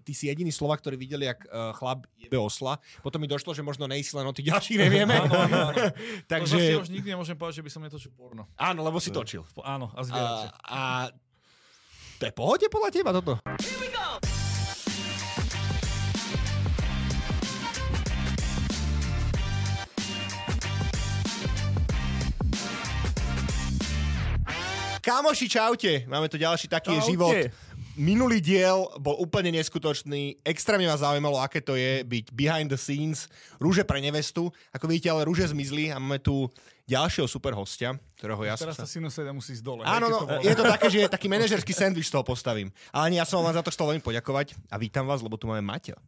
ty si jediný slova, ktorý videli, jak uh, chlap jebe osla. Potom mi došlo, že možno nejsi len o tých ďalších nevieme. Áno, áno, áno. Takže... To zase Takže... už nikdy nemôžem povedať, že by som netočil porno. Áno, lebo si točil. Po- Áno, a zvieracie. A, a to je pohode podľa teba toto? Kámoši, čaute. Máme tu ďalší taký je Čaute. život. Minulý diel bol úplne neskutočný. Extrémne ma zaujímalo, aké to je byť behind the scenes. Rúže pre nevestu. Ako vidíte, ale rúže zmizli a máme tu ďalšieho super hostia, ktorého ja som Teraz sa- tá sinusoida musí ísť dole. Áno, hej, keď no, to bolo. je to také, že je taký manažerský sandwich z toho postavím. Ale nie, ja som vám za to chcel veľmi poďakovať a vítam vás, lebo tu máme Maťa.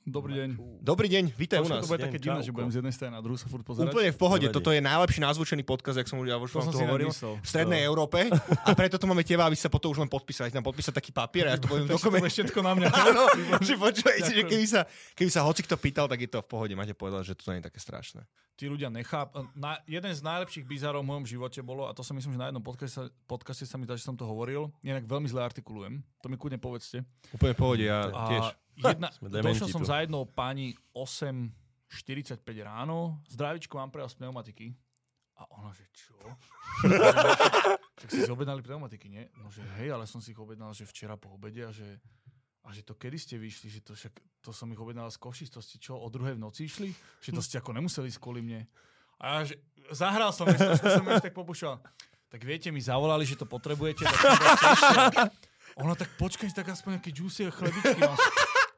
Dobrý deň. Dobrý deň, vítaj u Trošku nás. to bude také Deň, divné, že čauko. budem z jednej strany na druhú sa furt pozerať. Úplne v pohode, Nevadí. toto je najlepší nazvučený podcast, jak som už ja už To vám som to si No. hovoril, namyslel. v Strednej Európe a preto tu máme teba, aby sa potom už len podpísali. Tam podpísať taký papier a ja to budem Takže to bude dokument. všetko na mňa. Áno, že počúvajte, že keby sa, keby sa hoci kto pýtal, tak je to v pohode. Máte povedať, že to nie je také strašné. Tí ľudia necháp... Na, jeden z najlepších bizarov v mojom živote bolo, a to sa myslím, že na jednom podcaste, podcaste sa mi zdá, že som to hovoril, inak veľmi zle artikulujem, to mi kudne povedzte. Úplne v pohode, ja A tiež. jedna, Sme dementi došiel som tu. za jednou pani 8.45 ráno, zdravičku mám pre vás pneumatiky. A ona, že čo? Však si si objednali pneumatiky, nie? No, že hej, ale som si ich objednal, že včera po obede a že, a že to kedy ste vyšli, že to však, to som ich objednal z Košic, to ste čo, o druhej v noci išli? Že to ste ako nemuseli ísť kvôli mne. A ja, že zahral som, ešte, trošku som ešte tak popušoval. Tak viete, mi zavolali, že to potrebujete. Tak som dal tiež. Ona tak počkaj, tak aspoň nejaké juicy a chlebičky mám.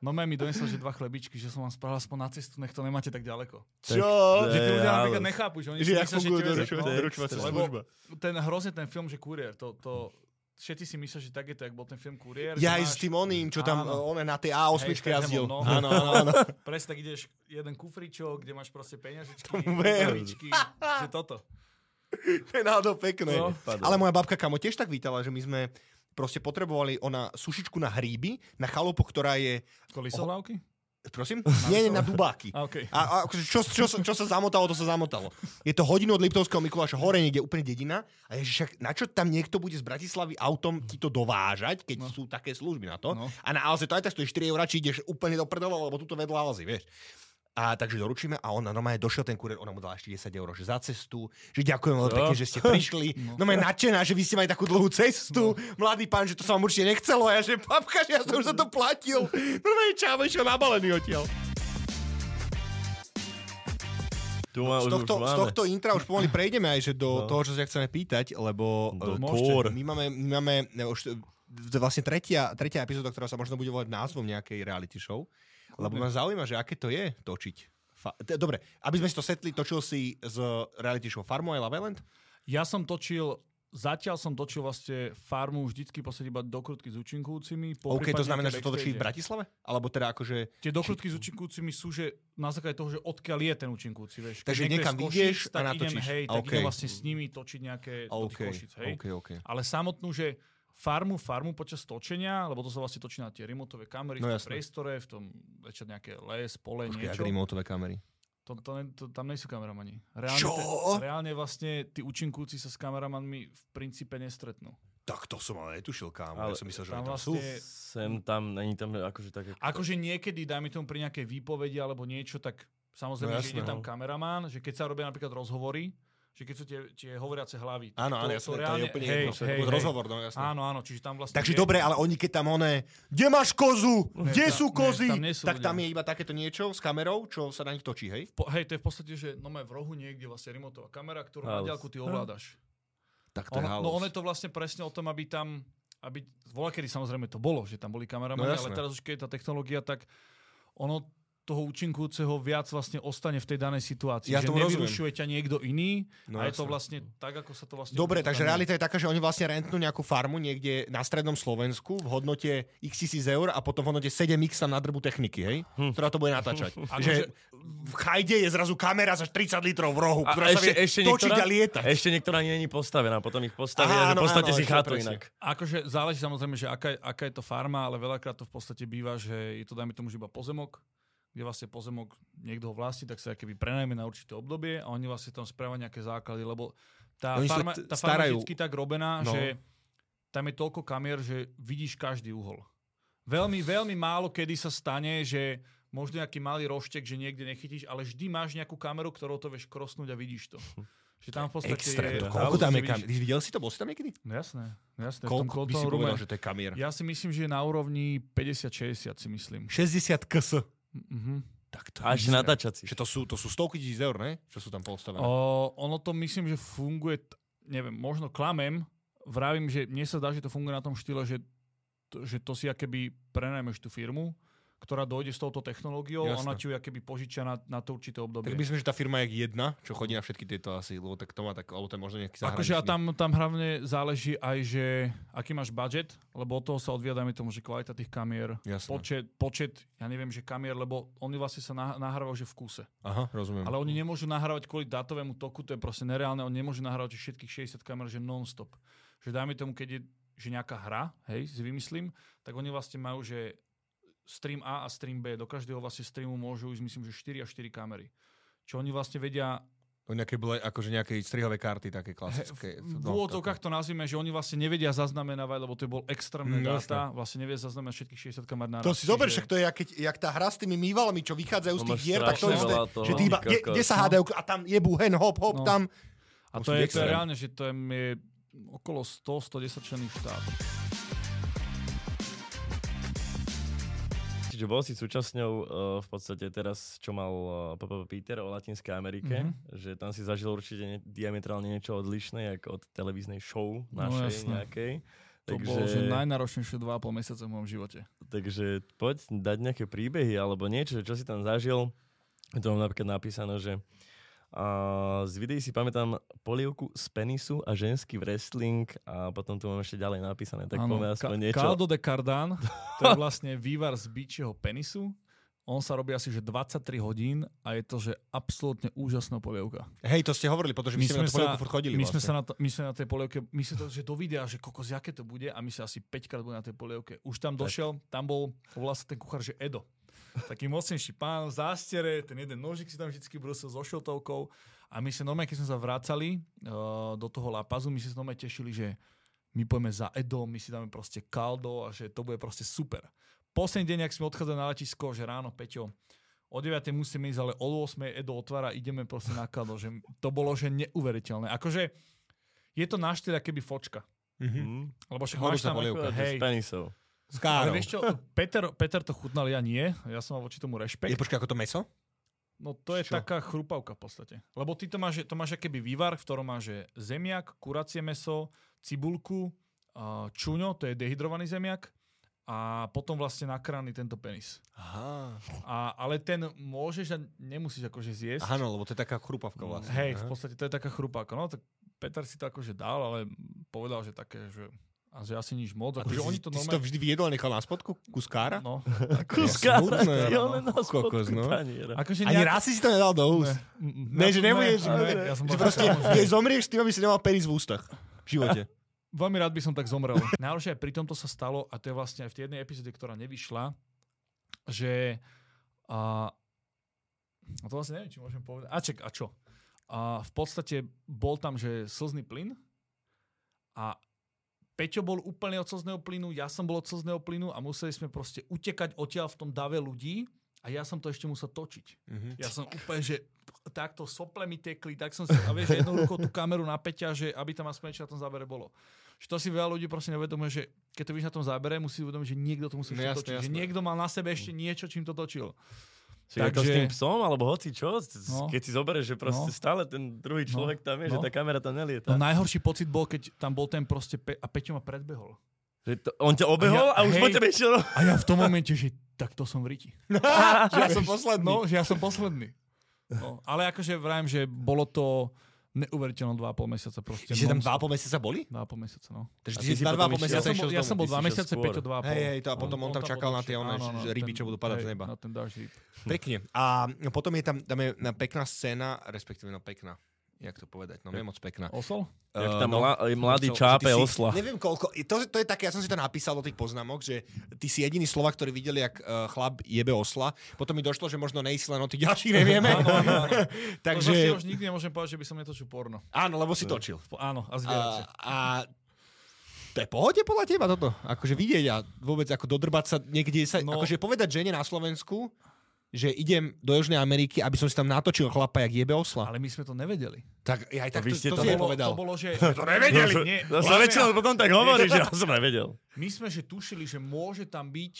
No mi donesla, že dva chlebičky, že som vám spravil aspoň na cestu, nech to nemáte tak ďaleko. Čo? Že tí Ej, ľudia ale- napríklad nechápu, že oni Že si jak myslia, že funguje tebe doručovacia- no, doručovacia lebo služba. Ten hrozne ten film, že kuriér, to, to, všetci si myslia, že tak je to, jak bol ten film kuriér. že Ja aj máš- s tým oným, čo tam Áno. on na tej A8 Hej, tak jazdil. nebol, no. Áno, áno, áno. Presne tak ideš jeden kufričok, kde máš proste peňažičky, ver. chlebičky, že toto. To je náhodou pekné. No. Ale moja babka kamo tiež tak vítala, že my sme proste potrebovali ona sušičku na hríby, na chalupu, ktorá je... Kolisohlávky? Prosím? Nie, nie, na dubáky. A okej. A, a akože čo, čo, sa- čo, sa zamotalo, to sa zamotalo. Je to hodinu od Liptovského Mikuláša, hore niekde úplne dedina. A ježiš, však na čo tam niekto bude z Bratislavy autom ti to dovážať, keď no. sú také služby na to? No. No. A na Alze to aj tak stojí 4 eurá, či ideš úplne do prdela, lebo tuto vedľa Alzy, vieš. A takže doručíme a ona normálne došiel ten kurier, ona mu dala ešte 10 eur že za cestu, že ďakujem veľmi pekne, že ste prišli. No, no nadšená, že vy ste mali takú dlhú cestu, No. mladý pán, že to sa vám určite nechcelo a ja, že papka, že ja som už za to platil. No, Normálne čávo išiel nabalený odtiaľ. Tu No, má, Z už, tohto, z už máme. tohto intra už pomaly prejdeme aj že do no. toho, čo sa chceme pýtať, lebo eh, Do Môžete. kôr. my máme, my máme ne, už, eh, vlastne tretia, tretia epizóda, ktorá sa možno bude volať názvom nejakej reality show, lebo ma zaujíma, že aké to je točiť. Fa- t- Dobre, aby sme si to setli, točil si z reality show Farmo aj Love Island? Ja som točil, zatiaľ som točil vlastne farmu vždycky posledne iba dokrutky s účinkujúcimi. OK, poprípadne to znamená, že tie to točí v backstage. Bratislave? Alebo teda akože... Tie dokrutky s účinkujúcimi sú, že na základe toho, že odkiaľ je ten účinkujúci, vieš. Keď Takže niekto je niekam z Košíc, ideš a tak natočíš. idem, hej, tak OK. idem vlastne s nimi točiť nejaké do tých OK, Košíc, hej. OK, OK. Ale samotnú, že farmu, farmu počas točenia, lebo to sa vlastne točí na tie remotové kamery, No v tom jasné. priestore, v tom večer nejaké les, pole, Počkaj, ak niečo. remotové kamery. To, to, ne, to, tam nejsú kameramani. Reálne, Čo? Te, reálne vlastne tí účinkujúci sa s kameramanmi v princípe nestretnú. Tak to som ale netušil, kámo. Ale Ja som myslel, že tam oni tam sú. vlastne- Sem tam, není tam akože také... Akože niekedy, dajme tomu pri nejakej výpovedi alebo niečo, tak No samozrejme, že jasné, ide tam no. kameramán, že keď sa robia napríklad rozhovory, že keď sú tie, tie hovoriace hlavy. Áno, áno, to- ja som to to je reálne- úplne hej, jedno. hej, Pod hej. Rozhovor, no jasné. Áno, áno, čiže tam vlastne... Takže je- dobre, ale oni keď tam oné, kde máš kozu, kde tam- sú ne, kozy, tam nie sú tak ľudia. tam je iba takéto niečo s kamerou, čo sa na nich točí, hej? Po, hej, to je v podstate, že no v rohu niekde vlastne remotová kamera, ktorú na Halus. diálku ty ovládaš. Tak to Ono, je halus. no ono je to vlastne presne o tom, aby tam, aby, volá kedy samozrejme to bolo, že tam boli kameramani, No no, jasné. ale teraz už keď je tá technológia, tak ono toho účinkujúceho viac vlastne ostane v tej danej situácii. Ja že tomu rozumiem. nevyrušuje ťa niekto iný No no, a je to jasné. vlastne tak, ako sa to vlastne... Dobre, to takže tam je. realita je taká, že oni vlastne rentnú nejakú farmu niekde na strednom Slovensku v hodnote x tisíc eur a potom v hodnote 7x tam nadrbu techniky, hej? Ktorá to bude natáčať. že v chajde je zrazu kamera za 30 litrov v rohu, A ktorá sa vie točiť a lietať. ešte niektorá ani není postavená, potom ich Aha, postavia, že áno, v podstate áno, si ešte chatu presne. inak. Akože záleží samozrejme, že aká, aká je to farma, ale veľakrát to v podstate býva, že je to, dajme tomu, že iba pozemok, kde vlastne pozemok niekto ho vlastní, tak sa keby prenajme na určité obdobie a oni vlastne tam správajú nejaké základy, lebo tá Oni sa farma, t- tá farma starajú. je vždy tak robená, No. že tam je toľko kamier, že vidíš každý uhol. Veľmi, veľmi málo kedy sa stane, že možno nejaký malý roštek, že niekde nechytíš, ale vždy máš nejakú kameru, ktorou to vieš krosnúť a vidíš to. Že tam v podstate Extrém. je... To, koľko tam je vidíš- kamier? Ty videl si to? Bol si tam niekedy? No jasné, jasné. v tom Koľko by si Coltonovom rume. povedal, že to je kamier? Ja si myslím, že je na úrovni 50-60 si myslím. 60 ks. Mhm. Tak to Až extrém. natáčací. Že to sú, to sú stovky tisíc eur, ne? Čo sú tam postavené. O, ono to myslím, že funguje, t- neviem, možno klamem, vravím, že mne sa zdá, že to funguje na tom štýle, že to, že to si akéby prenajmeš tú firmu, ktorá dojde s touto technológiou, Jasné. Jasne. ona ti ju akéby požičia na, na to určité obdobie. Tak myslím, že tá firma je jedna, čo chodí na všetky tieto asi, lebo tak to má tak, alebo to je možno nejaký zahraničný. Akože a tam, tam hlavne záleží aj, že aký máš budget, lebo od toho sa odvíja, dajme tomu, že kvalita tých kamier, Jasné. počet, počet, ja neviem, že kamier, lebo oni vlastne sa nah- nahrávajú, že v kuse. Aha, rozumiem. Ale oni nemôžu nahrávať kvôli dátovému toku, to je proste nereálne, oni nemôžu nahrávať že všetkých 60 kamer, že non-stop. Že dajme tomu, keď je že nejaká hra, hej, si vymyslím, tak oni vlastne majú, že stream A a stream B, do každého vlastne streamu môžu ísť, myslím, že 4 a 4 kamery. Čo oni vlastne vedia, To nejaké, bole, akože nejaké strihové karty, také klasické. v no, úvodzovkách to nazvime, že oni vlastne nevedia zaznamenávať, lebo to bol extrémne Mm, mm, jasné. dáta, vlastne nevedia zaznamenať všetkých 60 kamer naraz. To si zober, čiže- však to je, jak, keď, jak tá hra s tými mývalami, čo vychádzajú z To tých No, máš hier, tak to strašne isté. veľa toho. Že ty iba, Ty kde, kokos. kde sa No. hádajú, a tam jebu hen, hop, hop, No. tam. A Musí byť to je, to je extrém. reálne, že to je, je okolo 100-110 členných štát. Čiže bol si súčasňou uh, v podstate teraz, čo mal uh, PPP Peter o Latinskej Mhm. Amerike, mm-hmm. že tam si zažil určite ne- diametrálne niečo odlišné, jak od televíznej show No, našej jasné. no, nejakej. To Takže, bolo že najnáročnejšie 2,5 mesiaca v mojom živote. takže poď dať nejaké príbehy alebo niečo, že čo si tam zažil. To mám napríklad napísané, že a z videí si pamätám polievku z penisu a ženský wrestling a potom tu mám ešte ďalej napísané, tak Áno, poďme aspoň Ka- niečo. Caldo de Cardan, to je vlastne vývar z bičieho penisu. On sa robí asi že 23 hodín a je to že absolútne úžasná polievka. Hej, to ste hovorili, pretože akože my, sme na tú polievku furt chodili. my sme sa vlastne. na, to, my sme na tej polievke, my sme to, že do videa, že kokos, jaké to bude a my sa asi 5 krát boli na tej polievke. Už tam došiel, tam bol, volá sa ten kuchár, že Edo. Taký mocnejší pán, v zástere, ten jeden nožik si tam vždycky brusil so šiltovkou a my sa normálne, keď sme sa vracali uh, do toho lapazu, my sme sa normálne tešili, že my pojeme za Edom, my si dáme proste kaldo a že to bude proste super. Posledný deň, ak sme odchádzali na letisko, že ráno, Peťo, o 9 musíme ísť, ale o 8 Edo otvára, ideme proste na kaldo. Že to bolo, že neuveriteľné. Akože je to na štýl keby fočka. Mhm. Hm? Lebo však Horúca máš tam... polievka. ako- Hej. Hej, S penisou. S ale károu. vieš čo, Peter, Peter to chutnal, ja nie. Ja som mal voči tomu Je rešpekt. počkaj, ako to meso? No to je Čo? čo? taká chrupavka v podstate. Lebo ty to máš, to máš akéby vývar, v ktorom máš že zemiak, kuracie meso, cibulku, a čuňo, to je dehydrovaný zemiak a potom vlastne nakrány tento penis. Aha. A, ale ten môžeš a nemusíš akože zjesť. Aha, no, lebo to je taká chrupavka vlastne. Hej, v Aha. podstate to je taká chrupáka. No tak Peter si to akože dal, ale povedal, že také, že, a že asi nič moc. A ty, Akože si, oni to ty si to normálne... vždy vyjedol a nechal na spodku? Kus kára? No, Kuska, smutné, ty no. ale na spodku Kokos, no. taniera. akože Ani raz si si to nedal do úst. Ne, že nebudeš- Ne, ja som Že bol proste, taká- keď zomrieš, ty by si nemal penis v ústach. V živote. Veľmi rád by som tak zomrel. Najhoršie aj pri tomto sa stalo, a to je vlastne aj v tej jednej epizóde, ktorá nevyšla, že... A, a to vlastne neviem, či môžem povedať. A ček, a čo? A v podstate bol tam, že slzný plyn a Peťo bol úplne od slzného plynu, ja som bol od slzného plynu a museli sme proste utekať odtiaľ v tom dave ľudí a ja som to ešte musel točiť. Mhm. Ja som úplne, že takto sople mi tekli, tak som si, a vieš, jednou rukou tú kameru na Peťa, že aby tam aspoň niečo na tom zábere bolo. Že to si veľa ľudí proste neuvedomuje, že keď to vidíš na tom zábere, musí si uvedomiť, že niekto to musí No ešte jasné, točiť. Že jasné. niekto mal na sebe ešte niečo, čím to točil. Čiže je to s Takže- tým psom, alebo hoci čo, s- s- No. keď si zoberieš, že proste No. stále ten druhý človek tam je, že No. tá kamera tam No nelieta. najhorší pocit bol, keď tam bol ten proste Pe- a Peťo ma predbehol. Že to, on ťa obehol A ja- a, už po hej. tebe išiel. A ja v tom momente, že takto som v riti. Že ja som posledný. No, že ja som posledný. No, ale akože vrajím, že bolo to neuveriteľné 2,5 mesiaca proste. Že tam non-stop. dva a pol mesiaca boli? Dva a pol mesiaca, no. Takže A ty ty si si dva, dva a potom pol išiel- Ja, mesiaca som bol, išiel ja z som domu. bol No, dva Ty si išiel mesiace, skôr. Peťo dva a pol. Hej, hej, to a potom on tam bol čakal na dlhšie. tie oné, Áno, áno, že no, ten- ryby, čo budú padať z hej, neba. Na ten dáš rýb. Hm. Pekne. A no, potom je tam, tam je na pekná scéna, respektíve no pekná. Jak to povedať? No nie moc pekná. Osol? Jak Eh, tam no, mla- mladý Chcel- čápe že ty si- osla. Neviem koľko, to, to je také, ja som si to napísal do tých poznámok, že ty si jediný slova, ktorý videli, jak eh, chlap jebe osla. Potom mi došlo, že možno nejsi len o tých ďalších nevieme. Áno, áno, áno. Takže... Takže, už nikdy nemôžem povedať, že by som netočil porno. áno, lebo si točil. Po- Áno, a A, zvieracie. a To je pohode podľa teba toto? Akože vidieť a vôbec ako dodrbať sa niekde sa... No. No. Akože povedať žene na Slovensku, že idem do Južnej Ameriky, aby som si tam natočil chlapa, jak jebe osla. Ale my sme to nevedeli. Tak ja aj tak vy to, ste to, to si jej nepo- povedal. to bolo, že... To nevedeli. Vlastne- Nie, No my sme- väčšinou potom tak hovorí, že ja som nevedel. My sme, že tušili, že môže tam byť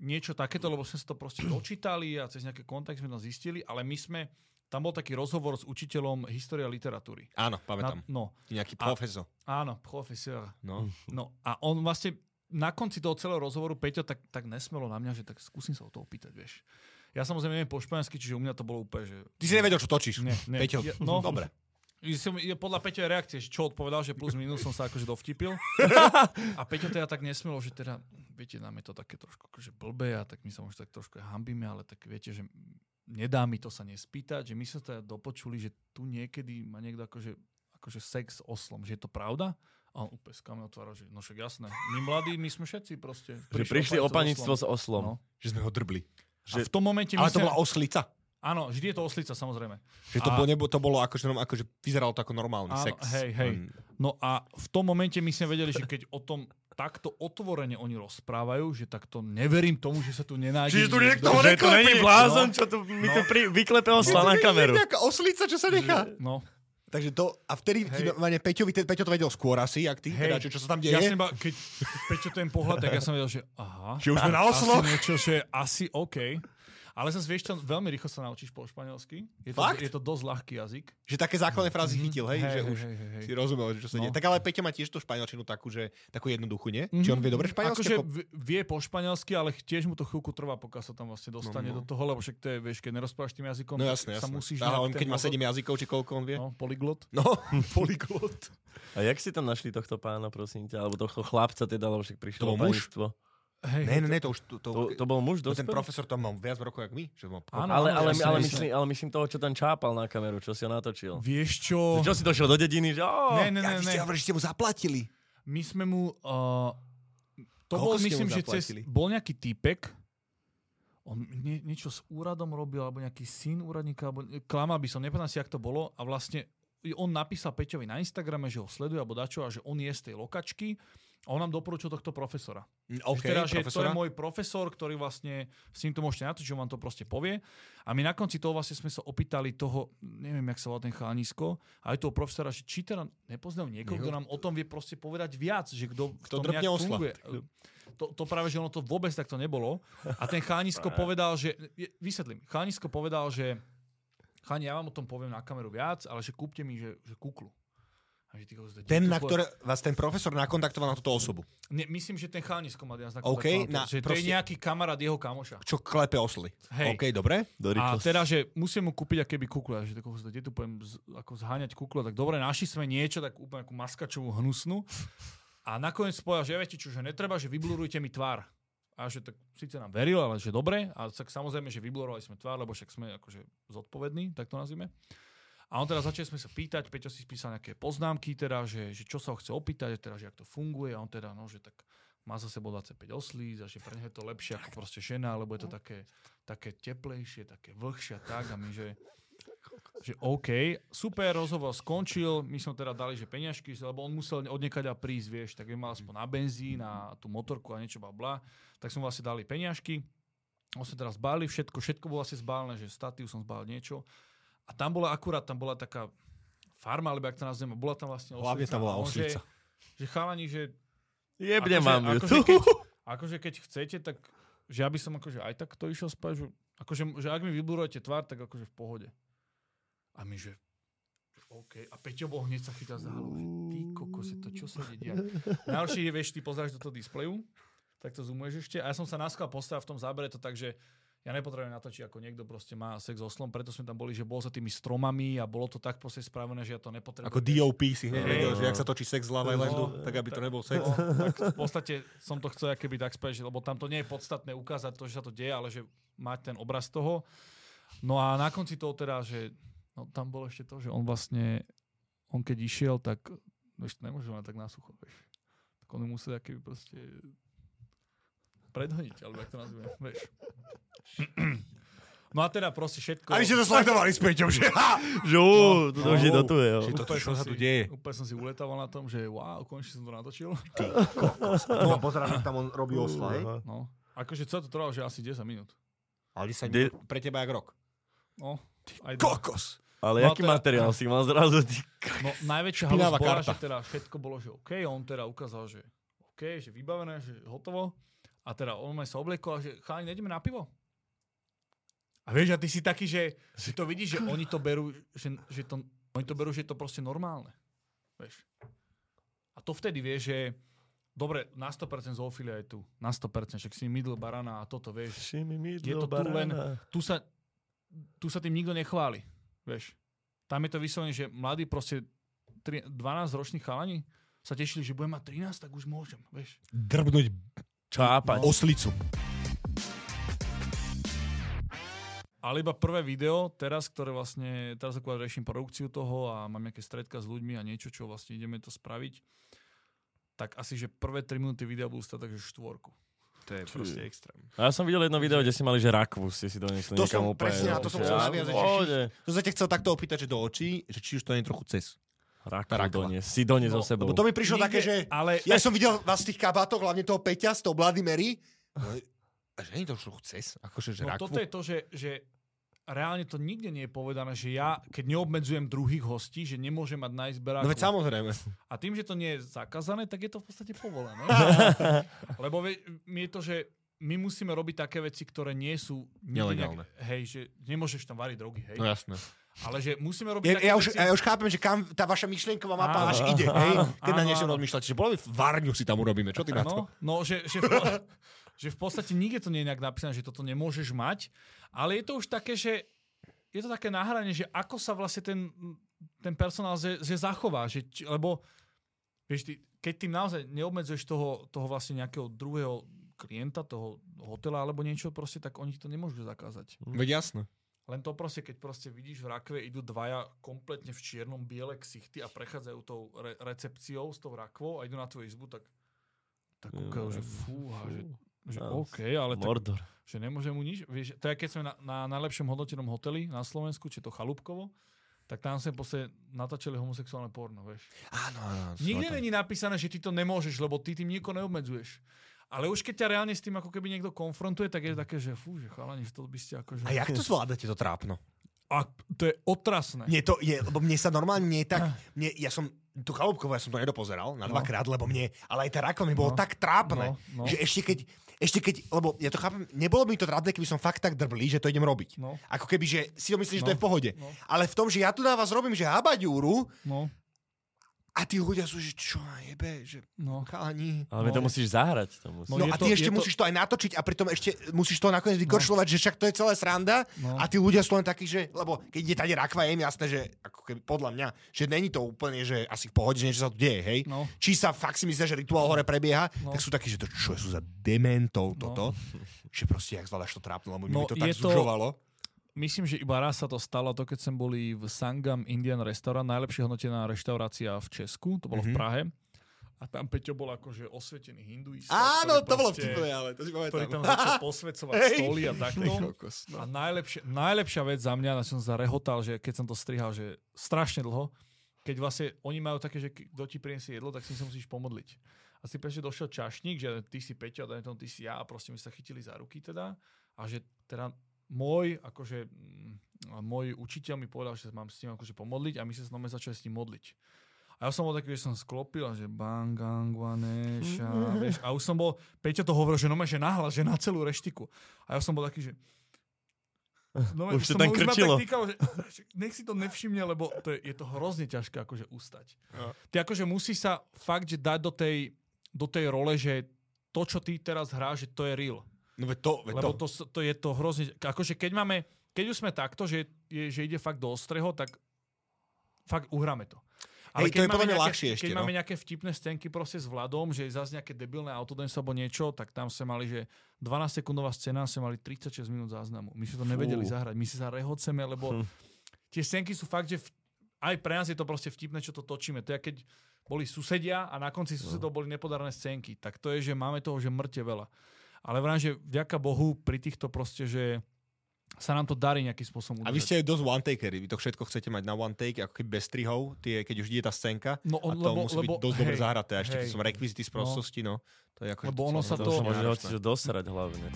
niečo takéto, lebo sme sa to proste dočítali a cez nejaké kontakt sme to zistili, ale my sme, tam bol taký rozhovor s učiteľom história literatúry. Áno, Na, pamätám. no, Nejaký A- profesor. áno, profesor. No. No a on vlastne na konci toho celého rozhovoru Peťo tak, tak nesmelo na mňa, že tak skúsim sa o to opýtať, vieš. Ja samozrejme neviem po španielsky, čiže u mňa to bolo úplne, že... Ty si nevedel, čo točíš. Nie, nie. Peťo, Ja- no. no. dobre. Ja Som, ja podľa Peťovej reakcie, že čo odpovedal, že plus minus som sa akože dovtipil. A Peťo teda tak nesmelo, že teda, viete, nám je to také trošku akože blbé a tak my sa možno tak trošku hambíme, ale tak viete, že nedá mi to sa nespýtať, že my sa teda dopočuli, že tu niekedy má niekto akože, akože sex s oslom, že je to pravda? A on úplne s kameou otváral, že no však jasné, my mladí, my sme všetci proste. Že prišli opánici opanictvo s No. oslom. Že sme ho drbli. A v tom momente... Ale my to sme- bola oslica. Áno, vždy je to oslica, samozrejme. Že to, A- bolo, nebo, to bolo akože, rom- akože vyzeralo to ako normálny Áno, sex. Mm. hej, hej. Len- No a v tom momente my sme vedeli, že keď o tom takto otvorene oni rozprávajú, že takto neverím tomu, že sa tu nenájde. Čiže tu niekto nikto, ho Že to neklepí. není blázon, čo tu mi tu pri, vyklepe osla No To na je kameru. Nejaká oslica, čo sa nechá. že- No, Takže to, a vtedy Hej. hey. Peťovi, te, Peťo to vedel skôr asi, jak ty, Hej. hey. teda, čo, čo sa tam deje. ja som iba, keď Peťo ten pohľad, tak ja som vedel, že aha. Že už sme na oslo. Asi niečo, že asi OK. Ale zase vieš, čo, veľmi rýchlo sa naučíš po španielsky. Je to, Fakt? je to dosť ľahký jazyk. Že také základné frázy chytil, hej, že už Mhm. hej, hej. si rozumel, že čo sa No. deje. Tak ale Peťo má tiež tú španielčinu takú, že takú jednoduchú, nie? Či on vie dobre španielsky? Akože v- vie po španielsky, ale tiež mu to chvíľku trvá, pokiaľ sa tam vlastne dostane No, do no. toho, lebo však to je, vieš, keď nerozprávaš tým jazykom, No tak jasné, sa jasné. musíš... Aha, nejak on ten keď má mozog- 7 jazykov, či koľko on vie? No, polyglot. No, polyglot. A jak si tam našli tohto pána, prosím ťa? Alebo tohto chlapca teda, lebo však prišlo To bol muž? opanictvo. Hej, Ne, ne, ne, to už... To, to, To, to bol muž to ten dospelý? profesor tam mal viac rokov, jak my. Že mal, Áno, Ale, áno, ale, jasné, ale, jasné. myslím, ale myslím toho, čo tam čápal na kameru, čo si ho natočil. Vieš čo? Čo si došiel do dediny, že ó, Ne, ne, ja, ne, vy ne. ste hovorili, že ste mu zaplatili. My sme mu... Uh, to Koľko bol, ste mu myslím, že cez... zaplatili? Bol nejaký týpek, on nie, niečo s úradom robil, alebo nejaký syn úradníka, alebo klamal by som, nepamätám si, jak to bolo. A vlastne on napísal Peťovi na Instagrame, že ho sleduje, alebo dačo, a že on je z tej lokačky. A on nám doporučil tohto profesora. Hm, OK, Okay, teda, že to profesora. je môj profesor, ktorý vlastne s ním to môžete natočiť, on vám to proste povie. A my na konci toho vlastne sme sa opýtali toho, neviem, jak sa volá ten chlánisko, aj toho profesora, že či teda nepoznajú niekoho, kto nám o tom vie proste povedať viac, že kto v Kto tom drbne nejak osla. funguje. To, to práve, že ono to vôbec takto nebolo. A ten chlánisko povedal, že... je- Vysvetlím. Chlánisko povedal, že... Chani, ja vám o tom poviem na kameru viac, ale že kúpte mi, že, že kuklu. A že ty kokos, kde Ten, tu na po- ktoré vás ten profesor nakontaktoval na túto osobu. Ne, myslím, že ten chlánisko má nás OK, na- že to je proste- nejaký kamarát jeho kamoša. Čo klepe osly. Hej. OK, dobre. do A rýchlosti. teda, že musím mu kúpiť akéby kukle. Že tak, kde tu poviem, z, ako zháňať kukle. Tak dobre, našli sme niečo, tak úplne akú maskačovú hnusnú. A nakoniec povedal, že ja viete čo, že netreba, že vyblurujte mi tvár. A že tak síce nám veril, ale že dobre. A tak samozrejme, že vyblurovali sme tvár, lebo však sme akože zodpovední, tak to nazvime. A on teda začali sme sa pýtať, Peťo si spísal nejaké poznámky, teda, že, že čo sa ho chce opýtať, teda, že jak to funguje. A on teda, no, že tak má za sebou 25 oslíc a že pre neho je to lepšie ako proste žena, No. lebo je to také, také teplejšie, také vlhšie a tak a my, že, že OK, super, rozhovor skončil, my sme teda dali, že peňažky, lebo on musel od niekaďa prísť, vieš, tak by mal Mhm. aspoň na benzín a tú motorku a niečo bla bla, tak sme vlastne dali peňažky, on sme teraz zbáli všetko, všetko bolo asi zbálené, že statív som zbálil niečo a tam bola akurát, tam bola taká farma, alebo jak to nazveme, bola tam vlastne oslica. Hlavne tam bola A on, že- oslica. Že chalani, že akože- Jebne mám ju. akože keď, akože keď chcete, tak že ja by som akože aj tak to išiel spať, že, akože, že ak mi vyburujete tvár, tak akože v pohode. A my, že OK. A Peťo bol hneď sa chytá za hlavu, že ty kokose, to čo sa dedia? Najhoršie je, vieš, ty pozeráš do toho displeju, tak to zoomuješ ešte. A ja som sa náskal postavil v tom zábere to tak, že ja nepotrebujem natočiť, ako niekto proste má sex s oslom, preto sme tam boli, že bol za tými stromami a bolo to tak proste spravené, že ja to nepotrebujem. Ako DOP si hneď Hej. vedel, že ak sa točí sex z Lava Islandu, No, tak aby to nebol sex. No, tak v podstate som to chcel keby tak spraviť, lebo tam to nie je podstatné ukázať to, že sa to deje, ale že mať ten obraz toho. No a na konci toho teda, že no, tam bolo ešte to, že on vlastne, on keď išiel, tak no ešte nemôže len tak nasucho, vieš. Tak on mu musel keby proste predhoniť, alebo jak to nazveme, vieš. No a teda proste všetko... A vy ste to sledovali s Peťom, že ha! Že ó, to už je No. toto je, jo. Že toto, Úplne čo som sa si- tu deje. Úplne som si uletával na tom, že wow, konečne som to natočil. No, pozerám, tam on robí osla, hej? Aha. No. Akože celé to trvalo, že asi 10 minút. Ale 10 De- minút pre teba jak rok. No. Aj dva. Kokos! Ale No aký teda- materiál si mal zrazu, ty No najväčšia halus Špinavá bola, karta. že teda všetko bolo, že OK, on teda ukázal, že OK, že vybavené, že hotovo. A teda on ma sa obliekol a že chalani, nejdeme na pivo? A vieš, a ty si taký, že si to vidíš, že oni to berú, že, že to, oni to berú, že je to proste normálne. Vieš. A to vtedy vieš, že dobre, na 100% zoofilia je tu. Na 100%, však si middle barana a toto, vieš. Všimni mi Je do to tu len- barána. tu sa, tu sa tým nikto nechváli. Vieš. Tam je to vyslovene, že mladí proste tri- 12-roční chalani sa tešili, že budem mať 13, tak už môžem. Vieš. Drbnúť Čápať. oslicu. Ale iba prvé video teraz, ktoré vlastne, teraz akurát riešim produkciu toho a mám nejaké stredka s ľuďmi a niečo, čo vlastne ideme to spraviť, tak asi, že prvé 3 minúty videa budú stať takže štvorku. To je proste extrém. A ja som videl jedno video, kde si mali, že rakvu ste si donesli To niekam som- úplne. presne, no, a to som že chcel ja- naviazať, že Pohode. To sa ťa chcel takto opýtať, že do očí, že či už to nie je trochu cez. Rakvu Rakva. donies. Si donies No, so sebou. Lebo to mi prišlo Nikde- také, že... Ale Ja som videl vás v tých kabátoch, hlavne toho Peťa s tou Bloody Mary. Ale- A že nie je to trochu cez? Akože, že no rakvu? toto je to, že, že reálne to nikde nie je povedané, že ja, keď neobmedzujem druhých hostí, že nemôžem mať na izberáku. No veď samozrejme. A tým, že to nie je zakázané, tak je to v podstate povolené. Lebo vie, mi je to, že my musíme robiť také veci, ktoré nie sú... nikdy Nelegálne. Nejak, hej, že nemôžeš tam variť drogy, hej. No jasné. Ale že musíme robiť Ja, také ja, už, veci... ja už chápem, že kam tá vaša myšlienková mapa Áno, až ide, hej? Keď na áno, niečom áno. rozmýšľate, že bolo by varňu si tam urobíme, čo ty na to? No, no že, že, v, po- že v podstate nikde to nie je nejak napísané, že toto nemôžeš mať, ale je to už také, že je to také nahranie, že ako sa vlastne ten, ten personál že, že zachová, že, či- lebo vieš, ty, keď tým naozaj neobmedzuješ toho, toho vlastne nejakého druhého klienta, toho hotela alebo niečo proste, tak oni ti to nemôžu zakázať. Veď jasné. Len to proste, keď proste vidíš v rakve, idú dvaja kompletne v čiernom biele ksichty a prechádzajú tou re- recepciou s tou rakvou a idú na tvoju izbu, tak tak kúkajú, že fúha, že, že Ja, OK, ale tak, Mordor. že nemôže mu nič. Vieš, to je, keď sme na, na najlepšom hodnotenom hoteli na Slovensku, či to Chalúbkovo, tak tam sme poste natáčali homosexuálne porno, vieš. Áno, áno. áno, sú Nikde na tom. není napísané, že ty to nemôžeš, lebo ty tým niekoho neobmedzuješ. Ale už keď ťa reálne s tým ako keby niekto konfrontuje, tak je také, že fú, že chalani, že to by ste akože... A jak to zvládate, to trápno? A to je otrasné. Mne to je, lebo mne sa normálne nie tak, mne, ja som, tú chalúbkovú ja som to nedopozeral na Ah. No. dvakrát, lebo mne, ale aj tá rakva mi bolo No. tak trápne, No, no. že ešte keď, ešte keď, lebo ja to chápem, nebolo by mi to trápne, keby som fakt tak drblý, že to idem robiť. No, Ako keby, že si to myslíš, že to No. je v pohode. no, Ale v tom, že ja tu na vás robím, že habaďúru no, a tí ľudia sú, že čo na jebe, že no. chalani. Ale mi to No. musíš zahrať. To musíš. No, No, je a to- ty ešte je to- musíš to aj natočiť a pritom ešte musíš to nakoniec vykorčľovať, že však to je celé sranda No. a tí ľudia sú len takí, že, lebo keď je tady rakva, je im jasné, že ako keby podľa mňa, že není to úplne, že asi v pohode, že niečo sa tu deje, hej? No. Či sa fakt si myslia, že rituál hore prebieha, No. tak sú takí, že to čo sú za dementov No. toto, že proste jak zvládáš to trápno, lebo no, mi No, to tak je to- zužovalo. Myslím, že iba raz sa to stalo, to keď sme boli v Sangam Indian Restaurant, najlepšie hodnotená reštaurácia v Česku, to bolo Mhm. v Prahe. A tam Peťo bol akože osvietený hinduista. Áno, ktorý to bolo proste- vtipné, ale to si Ktorý tam pamätám. začal posvedcovať Hej. stoly a Ty takto. kokos, no. A najlepšia, najlepšia vec za mňa, na čo som zarehotal, že keď som to strihal, že strašne dlho, keď vlastne oni majú také, že kto ti prinesie jedlo, tak si sa musíš pomodliť. A si prečo došiel čašník, že ty si Peťo, a dajme tomu ty si ja a proste my sa chytili za ruky teda a že teda môj, akože mm, môj učiteľ mi povedal, že mám s ním akože pomodliť a my sa s nami začali s ním modliť. A ja som bol taký, že som sklopil a že bangangwaneša, Mhm. vieš. A už som bol, Peťo to hovoril, že nome, že nahlas, že na celú reštiku. A ja som bol taký, že... No, Už to tam krčilo. Tak týkalo, že, že nech si to nevšimne, lebo to je, je to hrozne ťažké akože ustať. No. Ty akože musí sa fakt, že dať do tej, do tej role, že to, čo ty teraz hráš, že to je real. No veď to, veď Lebo to, s- to je to hrozne... Akože keď máme... Keď už sme takto, že, je, že ide fakt do ostrého, tak fakt uhráme to. Hej, to je podľa mňa nejaké, ľahšie ešte, keď no. máme nejaké vtipné stenky proste s Vladom, že je zase nejaké debilné autodance alebo niečo, tak tam sme mali, že 12-sekundová scéna, sme mali 36 minút záznamu. My sme to nevedeli Fú. zahrať, my si sa rehoceme, lebo Hm. tie stenky sú fakt, že v, aj pre nás je to proste vtipné, čo to točíme. To je, keď boli susedia a na No. konci susedov boli nepodarené scénky. Tak to je, že máme toho, že mŕte veľa. Ale vrám, že vďaka Bohu pri týchto proste, že sa nám to darí nejakým spôsobom A vy udržať. ste aj dosť one-takery, vy to všetko chcete mať na one-take, ako keby bez strihov, tie, keď už ide tá scénka, No, a on- to lebo- musí byť lebo- dosť dobre hej, zahraté, a ešte keď hej. som rekvizity z prostosti, no. To No, je ako, Lebo ono sa To už to- môže náročné. hoci dosrať hlavne.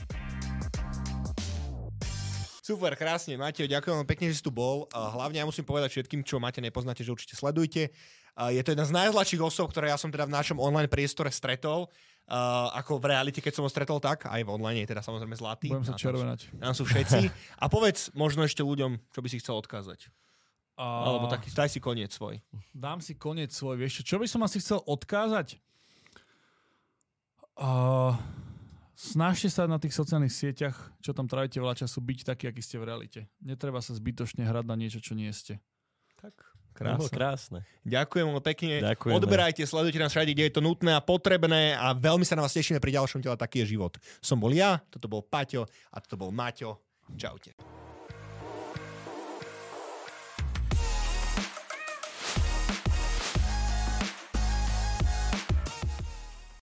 Super, krásne, Matej, ďakujem vám pekne, že si tu bol. A hlavne ja musím povedať všetkým, čo máte nepoznáte, že určite sledujte. A je to jedna z najzlačších osob, ktoré ja som teda v našom online priestore stretol. A ako v realite, keď som ho stretol tak, aj v online je teda samozrejme zlatý. Budem A sa tam červenať. sú- Tam sú všetci. A povedz možno ešte ľuďom, čo by si chcel odkázať. A... Alebo taký, daj si koniec svoj. Dám si koniec svoj. Vieš čo, čo by som asi chcel odkázať? Uh, snažte sa na tých sociálnych sieťach, čo tam trávite veľa času, byť taký, aký ste v realite. Netreba sa zbytočne hrať na niečo, čo nie ste. Tak, To bolo No, krásne. Ďakujem veľmi pekne. Ďakujeme. Odberajte, sledujte nás všade, kde je to nutné a potrebné a veľmi sa na vás tešíme pri ďalšom tela Taký je život. Som bol ja, toto bol Paťo a toto bol Maťo. Čaute.